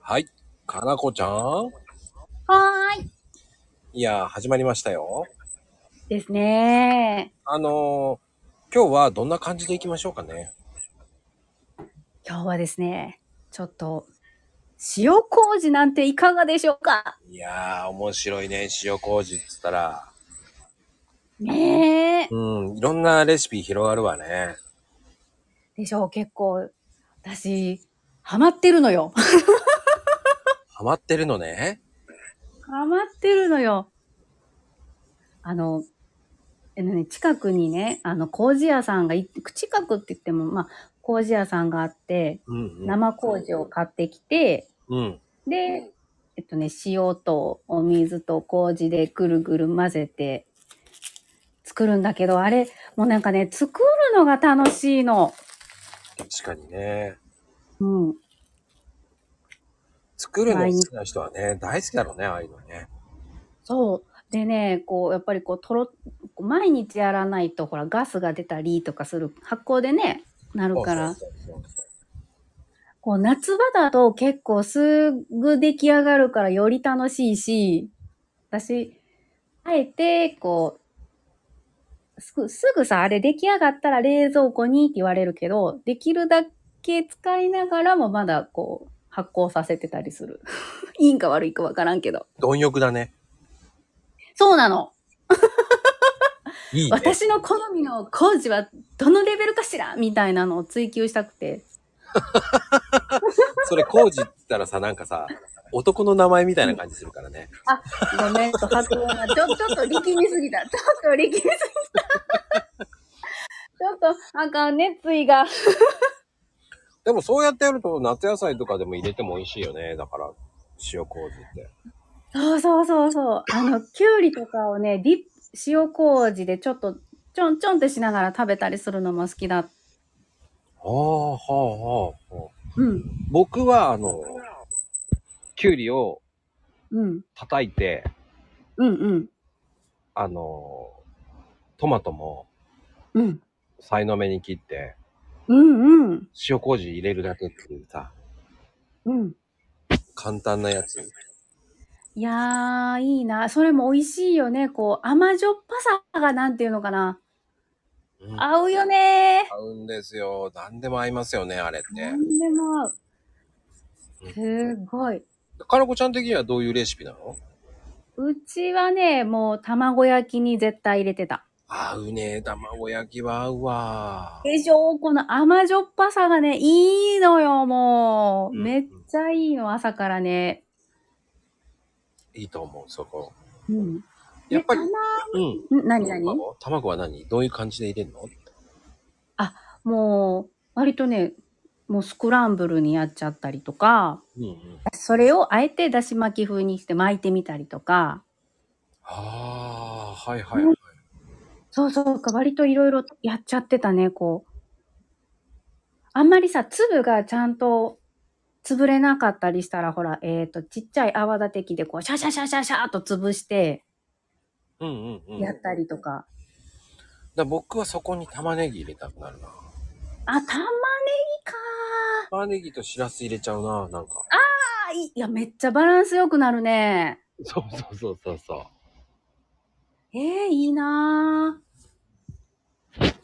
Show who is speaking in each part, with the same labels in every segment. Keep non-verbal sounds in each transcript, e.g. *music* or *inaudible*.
Speaker 1: はい。かなこちゃん
Speaker 2: はーい。
Speaker 1: いやー、始まりましたよ。
Speaker 2: ですね
Speaker 1: あのー、今日はどんな感じでいきましょうかね。
Speaker 2: 今日はですね、ちょっと、塩麹なんていかがでしょうか
Speaker 1: いやー、面白いね。塩麹っつったら。
Speaker 2: ねえ。
Speaker 1: うん、いろんなレシピ広がるわね。
Speaker 2: でしょう、結構。私、ハマってるのよ。
Speaker 1: ハマってるのね。
Speaker 2: ハマってるのよ。あの、えのね、近くにね、あの、麹屋さんがい、近くって言っても、まあ、麹屋さんがあって、
Speaker 1: うん、うん。
Speaker 2: 生麹を買ってきて、
Speaker 1: うん。
Speaker 2: で、えっとね、塩とお水と麹でぐるぐる混ぜて作るんだけど、あれ、もうなんかね、作るのが楽しいの。
Speaker 1: 確かにね。
Speaker 2: うん。
Speaker 1: 作るの好きな人はね、大好きだろうね、ああいうのね。
Speaker 2: そう。でね、こう、やっぱりこう、とろ、こう毎日やらないと、ほら、ガスが出たりとかする、発酵でね、なるから、
Speaker 1: そうそうそうそう
Speaker 2: こう、夏場だと結構すぐ出来上がるからより楽しいし、私、あえて、こう、すぐ、すぐさ、あれ出来上がったら冷蔵庫にって言われるけど、できるだけ使いながらもまだこう、発酵させてたりする。 *laughs* いいんか悪いかわからんけど。
Speaker 1: 貪欲だね。
Speaker 2: そうなの。
Speaker 1: いいね。
Speaker 2: *laughs* 私の好みの工事はどのレベルかしらみたいなのを追求したくて。
Speaker 1: それ麹って言ったらさ、なんかさ、男の名前みたいな感じするからね。
Speaker 2: ごめん、と発音がちょ、ちょっと力みすぎた。ちょっと力みすぎた。ちょっと、あかん、熱意が。
Speaker 1: でもそうやってやると夏野菜とかでも入れても美味しいよね。だから、塩麹って。
Speaker 2: そうそうそうそう。あの、きゅうりとかをね、ディップ、塩麹でちょっと、ちょんちょんってしながら食べたりするのも好きだ。
Speaker 1: ああ、はあ、はあ。
Speaker 2: うん、
Speaker 1: 僕は、あの、きゅうりを
Speaker 2: うん、
Speaker 1: 叩いて、
Speaker 2: うん、うん、
Speaker 1: あの、トマトも、
Speaker 2: うん、
Speaker 1: さいの目に切って、
Speaker 2: うん、うん、
Speaker 1: 塩麹入れるだけっていうさ、
Speaker 2: うん。
Speaker 1: 簡単なやつ。
Speaker 2: いやー、いいな。それも美味しいよね。こう、甘じょっぱさがなんていうのかな。
Speaker 1: うん合
Speaker 2: 合うよねー。
Speaker 1: うんですよ。何でも合いますよね、あれって。
Speaker 2: なんでも合う。
Speaker 1: うん
Speaker 2: すごい。
Speaker 1: かなこちゃん的にはどういうレシピなの
Speaker 2: うちはね、もう卵焼きに絶対入れてた。
Speaker 1: 合うね。卵焼きは合うわ。
Speaker 2: でしょこの甘じょっぱさがね、いいのよ、もう。
Speaker 1: うん
Speaker 2: めっちゃいいの、朝からね。
Speaker 1: いいと思う、そこ。
Speaker 2: うん。
Speaker 1: やっぱり
Speaker 2: で、
Speaker 1: うん。
Speaker 2: たまん何何
Speaker 1: 卵卵は何どういう感じで入れるの
Speaker 2: もう、割とね、もうスクランブルにやっちゃったりとか、
Speaker 1: うんうん。
Speaker 2: それをあえてだし巻き風にして巻いてみたりとか、
Speaker 1: ああ、はいはいはい。
Speaker 2: そうそうか、割といろいろやっちゃってたね、こう。あんまりさ、粒がちゃんと潰れなかったりしたら、ほら、えっ、と、ちっちゃい泡立て器でこう、シャシャシャシャシャーっと潰して
Speaker 1: うんうんうん。
Speaker 2: やったりとか。
Speaker 1: だ僕はそこに玉ねぎ入れたくなるな。
Speaker 2: あ、玉ねぎか
Speaker 1: 玉ねぎとしらす入れちゃうな、なんか。
Speaker 2: ー。あいいいや、めっちゃバランス良くなるね。
Speaker 1: そうそうそうそうそ
Speaker 2: えー、いいなー。
Speaker 1: う。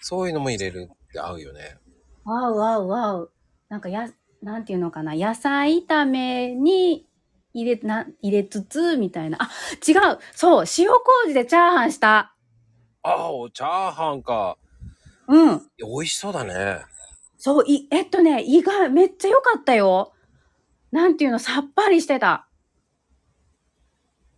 Speaker 1: そういうのも入れるって合うよね。
Speaker 2: わうわうわう。なんかや、なんていうのかな、野菜炒めに入れ、な、入れつつ、みたいな。あ、違うそう塩麹でチャーハンした
Speaker 1: ああ、おチャーハンか。
Speaker 2: う
Speaker 1: い
Speaker 2: ん。
Speaker 1: や美味しそうだね。
Speaker 2: そう、い、えっとね、意外、めっちゃ良かったよ。なんていうの、さっぱりしてた。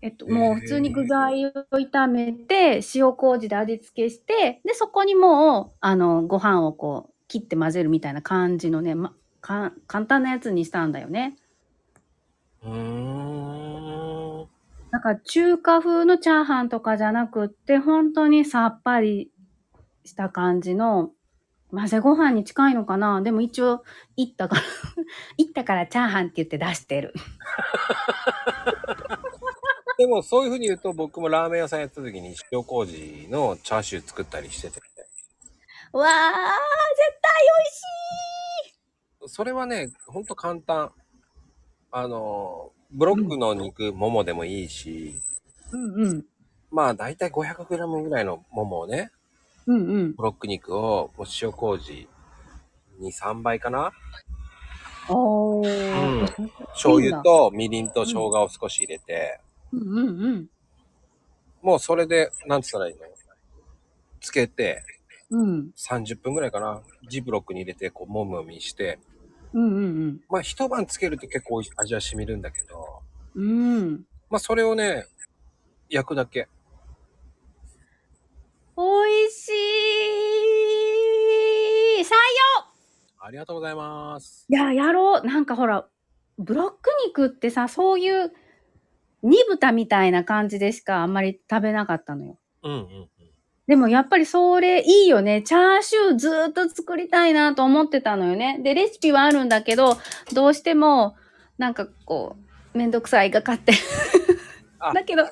Speaker 2: えっと、もう普通に具材を炒めて、塩麹で味付けして、で、そこにもう、あの、ご飯をこう、切って混ぜるみたいな感じのね、ま、かん簡単なやつにしたんだよね。
Speaker 1: うーん。
Speaker 2: なんか中華風のチャーハンとかじゃなくって、本当にさっぱりした感じの、混ぜご飯に近いのかなでも一応、行ったから、 *laughs* 行ったからチャーハンって言って出してる。
Speaker 1: でもそういうふうに言うと僕もラーメン屋さんやった時に塩麹のチャーシュー作ったりしてて。
Speaker 2: わー、絶対美味しい
Speaker 1: それはね、ほんと簡単。あの、ブロックの肉、ももでもいいし、
Speaker 2: うんうん。
Speaker 1: まあ大体 500g ぐらいのももをね、
Speaker 2: うんうん。
Speaker 1: ブロック肉をもう塩麹に3倍かなう
Speaker 2: お
Speaker 1: ん
Speaker 2: ー。
Speaker 1: 醤油とみりんと生姜を少し入れて、
Speaker 2: うんうんうん。
Speaker 1: もうそれで、なんつったらいいのつけて、
Speaker 2: うん。
Speaker 1: 30分ぐらいかな。ジブロックに入れて、こう、もみもみして。
Speaker 2: うんうん
Speaker 1: まあ、一晩つけると結構味は染みるんだけど、
Speaker 2: うん。うん。
Speaker 1: まあ、それをね、焼くだけ。
Speaker 2: 美味しい採
Speaker 1: ありがとうございます。
Speaker 2: 用いや、やろう。なんかほら、ブロック肉ってさ、そういう煮豚みたいな感じでしかあんまり食べなかったのよ。
Speaker 1: うんうん
Speaker 2: でもやっぱりそれいいよね。チャーシューずーっと作りたいなと思ってたのよね。で、レシピはあるんだけど、どうしても、なんかこう、めんどくさいがかって。
Speaker 1: あ
Speaker 2: *laughs* だけど、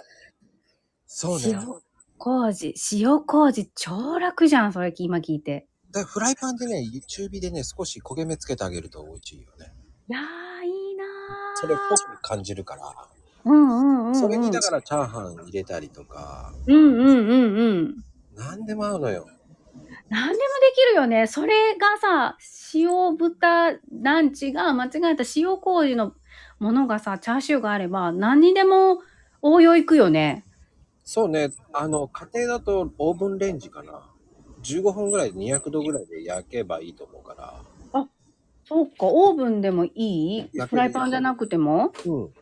Speaker 1: そうね。だ
Speaker 2: 塩
Speaker 1: か
Speaker 2: 麹、塩麹超楽じゃん、それ今聞いて。
Speaker 1: らフライパンでね、中火でね、少し焦げ目つけてあげると美味しいよね。
Speaker 2: いやー、いいなー。
Speaker 1: それっぽく感じるから。
Speaker 2: うんうんうん、うん。
Speaker 1: それにだからチャーハン入れたりとか、
Speaker 2: うんうんうんうん。
Speaker 1: 何でも合うのよ。
Speaker 2: 何でもできるよね。それがさ、塩豚団地が間違えた塩麹のものがさ、チャーシューがあれば何にでも応用いくよね。
Speaker 1: そうね。あの、家庭だとオーブンレンジかな。15分ぐらいで200度ぐらいで焼けばいいと思うから。
Speaker 2: そうか、オーブンでもいい
Speaker 1: 焼ける
Speaker 2: フライパンじゃなくても
Speaker 1: うん。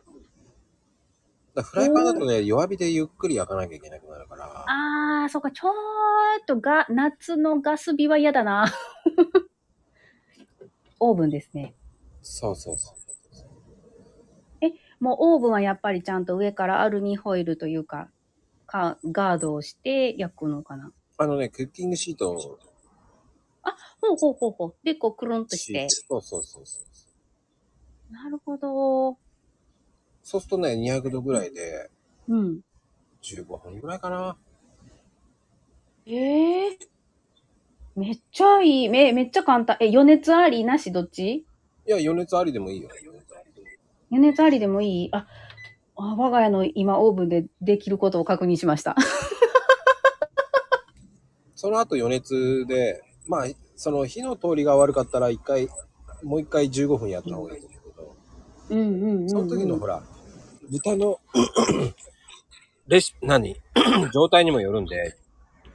Speaker 1: だからフライパンだとね、弱火でゆっくり焼かなきゃいけなくなるから。
Speaker 2: あー、そうか、ちょっとが、夏のガス火は嫌だな。 *laughs* オーブンですね。
Speaker 1: そうそうそう。
Speaker 2: もうオーブンはやっぱりちゃんと上からアルミホイルというか、かガードをして焼くのかな。
Speaker 1: あのね、クッキングシートを
Speaker 2: ほうほうほうほう。で、こう、クルンとして。
Speaker 1: そうそうそうそう。
Speaker 2: なるほど。
Speaker 1: そうするとね、200度ぐらいで
Speaker 2: うん。
Speaker 1: 15分ぐらいかな。
Speaker 2: ええめっちゃいい。め、めっちゃ簡単。え、余熱ありなしどっち
Speaker 1: いや、余熱ありでもいいよ。余熱ありでもいい
Speaker 2: 余熱ありでもいいあ、あ我が家の今オーブンでできることを確認しました。
Speaker 1: その後余熱で、まあ、その火の通りが悪かったら一回、もう一回15分やった方がいいと思うけど、
Speaker 2: うんうんうん、うん。
Speaker 1: その時のほら、豚の *coughs* レシピ、何 *coughs* 状態にもよるんで、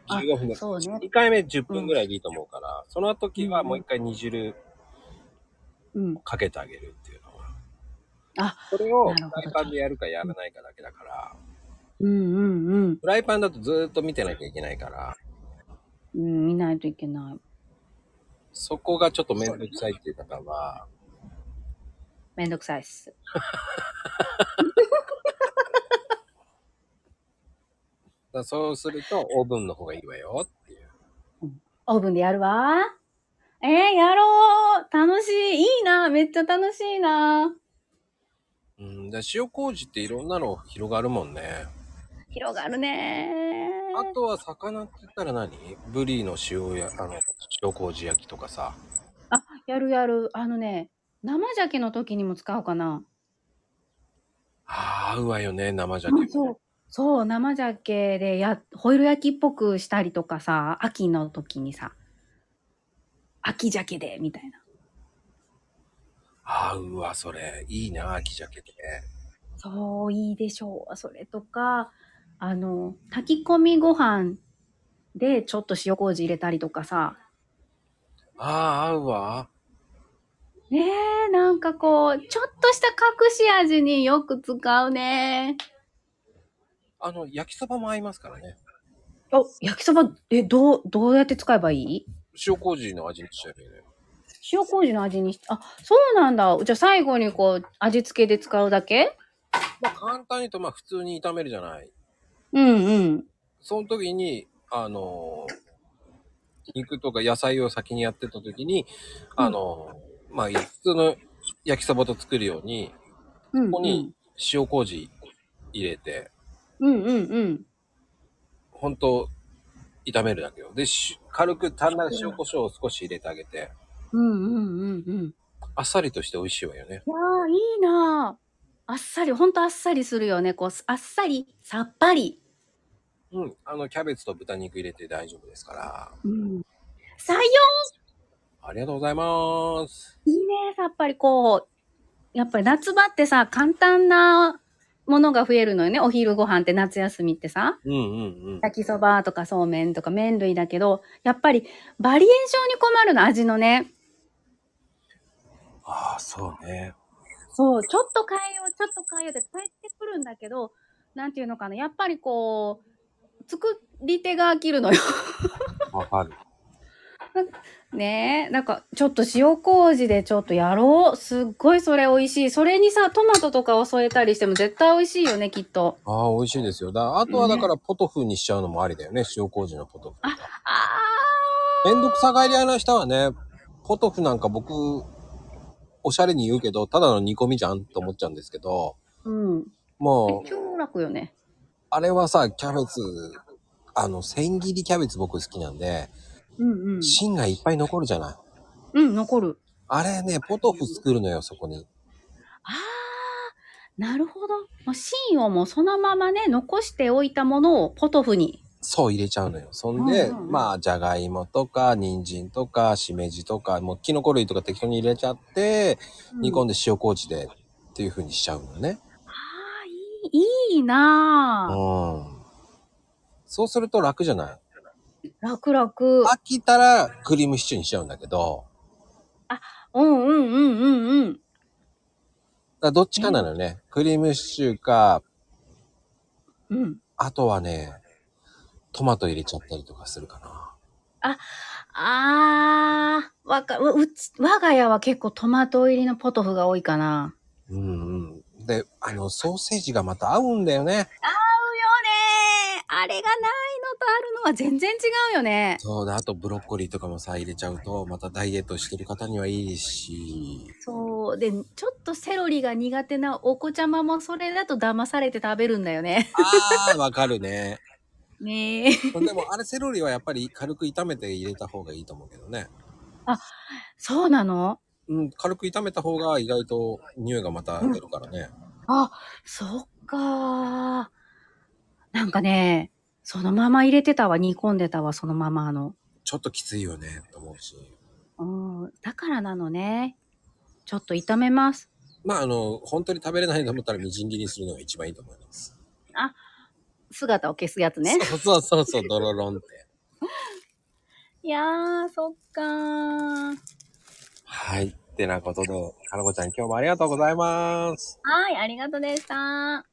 Speaker 2: あ
Speaker 1: 15分で、
Speaker 2: そうね。
Speaker 1: 2回目10分ぐらいでいいと思うから、その時はもう一回煮汁
Speaker 2: うん。
Speaker 1: かけてあげるっていうのは。
Speaker 2: あ、
Speaker 1: これを
Speaker 2: な
Speaker 1: フ
Speaker 2: るほど
Speaker 1: ライパンでやるかやらないかだけだから、
Speaker 2: うんうんうん。
Speaker 1: フライパンだとずーっと見てなきゃいけないから、
Speaker 2: うん、見ないといけない。
Speaker 1: そこがちょっと面倒くさいっていう方は、
Speaker 2: めんどくさいっす。
Speaker 1: だからそうするとオーブンの方がいいわよっていう。
Speaker 2: オーブンでやるわ。えー、やろう楽しいいいなめっちゃ楽しいな
Speaker 1: うん、で塩麹っていろんなの広がるもんね。
Speaker 2: 広がるね
Speaker 1: あとは魚って言ったら何ブリの塩や、あの、塩麹焼きとかさ。
Speaker 2: あ、やるやる。あのね、生鮭の時にも使うかな。
Speaker 1: ああ、合うわよね、生鮭。
Speaker 2: そう。そう、生鮭でや、ホイル焼きっぽくしたりとかさ、秋の時にさ、秋鮭で、みたいな。
Speaker 1: ああ、うわ、それ、いいな、秋鮭ってね。
Speaker 2: そう、いいでしょう。それとか、あの、炊き込みご飯でちょっと塩麹入れたりとかさ、
Speaker 1: ああ、合うわ。
Speaker 2: ねえ、なんかこう、ちょっとした隠し味によく使うね。
Speaker 1: あの、焼きそばも合いますからね。
Speaker 2: あ、焼きそば、え、どう、どうやって使えばいい
Speaker 1: 塩麹の味にしちゃうよね。
Speaker 2: 塩麹の味にして、あ、そうなんだ。じゃあ最後にこう、味付けで使うだけ
Speaker 1: まあ、簡単に言うと、まあ、普通に炒めるじゃない。
Speaker 2: うんうん。
Speaker 1: その時に、あのー肉とか野菜を先にやってた時に、あのーまあ、普通の焼きそばと作るように、
Speaker 2: うん、うん。
Speaker 1: ここに塩麹入れて、
Speaker 2: うんうんうん。
Speaker 1: ほんと、炒めるだけよ。で、し軽く足んな塩胡椒を少し入れてあげて、
Speaker 2: うんうんうんうん。
Speaker 1: あっさりとして美味しいわよね。
Speaker 2: いやーいいなーあっさり、ほんとあっさりするよね。こう、あっさり、さっぱり。
Speaker 1: うん。あの、キャベツと豚肉入れて大丈夫ですから。
Speaker 2: うん。採用
Speaker 1: ありがとうございます。
Speaker 2: いいね、さっぱりこう、やっぱり夏場ってさ、簡単なものが増えるのよね。お昼ご飯って夏休みってさ、
Speaker 1: うんうんうん。
Speaker 2: 焼きそばとかそうめんとか麺類だけど、やっぱりバリエーションに困るの、味のね。
Speaker 1: ああ、そうね。
Speaker 2: そう、ちょっと変えよう、ちょっと変えようって帰ってくるんだけど、なんていうのかな、やっぱりこう、作り手が飽きるのよ。 *laughs*
Speaker 1: わかる。
Speaker 2: ねえ、なんかちょっと塩麹でちょっとやろう。すっごいそれ美味しい。それにさ、トマトとかを添えたりしても絶対美味しいよね、きっと。
Speaker 1: ああ、美味しいですよ。だあとはだから、ポトフにしちゃうのもありだよね。塩麹のポトフ。
Speaker 2: あ
Speaker 1: めんどくさがり屋の人はね、ポトフなんか僕、おしゃれに言うけど、ただの煮込みじゃんと思っちゃうんですけど、
Speaker 2: ーうん。
Speaker 1: もう、
Speaker 2: 強楽よね。
Speaker 1: あれはさ、キャベツ、あの、千切りキャベツ僕好きなんで、
Speaker 2: うんうん。
Speaker 1: 芯がいっぱい残るじゃない。
Speaker 2: うん、残る。
Speaker 1: あれね、ポトフ作るのよ、そこに。
Speaker 2: あー、なるほど。もう芯をもうそのままね、残しておいたものをポトフに。
Speaker 1: そう入れちゃうのよ。そんで、
Speaker 2: うんうんうん
Speaker 1: まあ、じゃがいもとか、人参とか、しめじとか、もう、キノコ類とか適当に入れちゃって、煮込ん
Speaker 2: で。
Speaker 1: で塩麹でっていう風にしちゃうのね。
Speaker 2: あー、いい、いいなぁ。
Speaker 1: うん。そうすると楽じゃない
Speaker 2: 楽々。
Speaker 1: 飽きたらクリームシチューにしちゃうんだけど、
Speaker 2: うんうんうんうんうん。
Speaker 1: だからどっちかなのよね。クリームシチューか、
Speaker 2: うん。
Speaker 1: あとはね、トマト入れちゃったりとかするかな。
Speaker 2: あー、わかる。ううち、我が家は結構トマト入りのポトフが多いかな。
Speaker 1: うんうん。で、あの、ソーセージがまた合うんだよね。
Speaker 2: 合うよねあれがないのとあるのは全然違うよね。
Speaker 1: そうだ、あとブロッコリーとかもさ、入れちゃうと、またダイエットしてる方にはいいし、
Speaker 2: そう。で、ちょっとセロリが苦手なお子ちゃまもそれだと騙されて食べるんだよね。
Speaker 1: あー、わかるね。
Speaker 2: *laughs* ねえ。
Speaker 1: でも、あれセロリはやっぱり軽く炒めて入れた方がいいと思うけどね。
Speaker 2: そうなの
Speaker 1: うん、軽く炒めた方が意外と匂いがまた出るからね。
Speaker 2: あ、そっかー。なんかね、そのまま入れてたわ、煮込んでたわ、そのままあの。
Speaker 1: ちょっときついよね、と思うし。
Speaker 2: うん。だからなのね。ちょっと炒めます。
Speaker 1: まあ、あの、本当に食べれないと思ったらみじん切りにするのが一番いいと思います。
Speaker 2: 姿を消すやつね。
Speaker 1: そうそうそうそう、ドロロンって。
Speaker 2: いやー、そっかー。
Speaker 1: はい。ってなことで、かのこちゃん今日もありがとうございます。
Speaker 2: はい、ありがとうでした。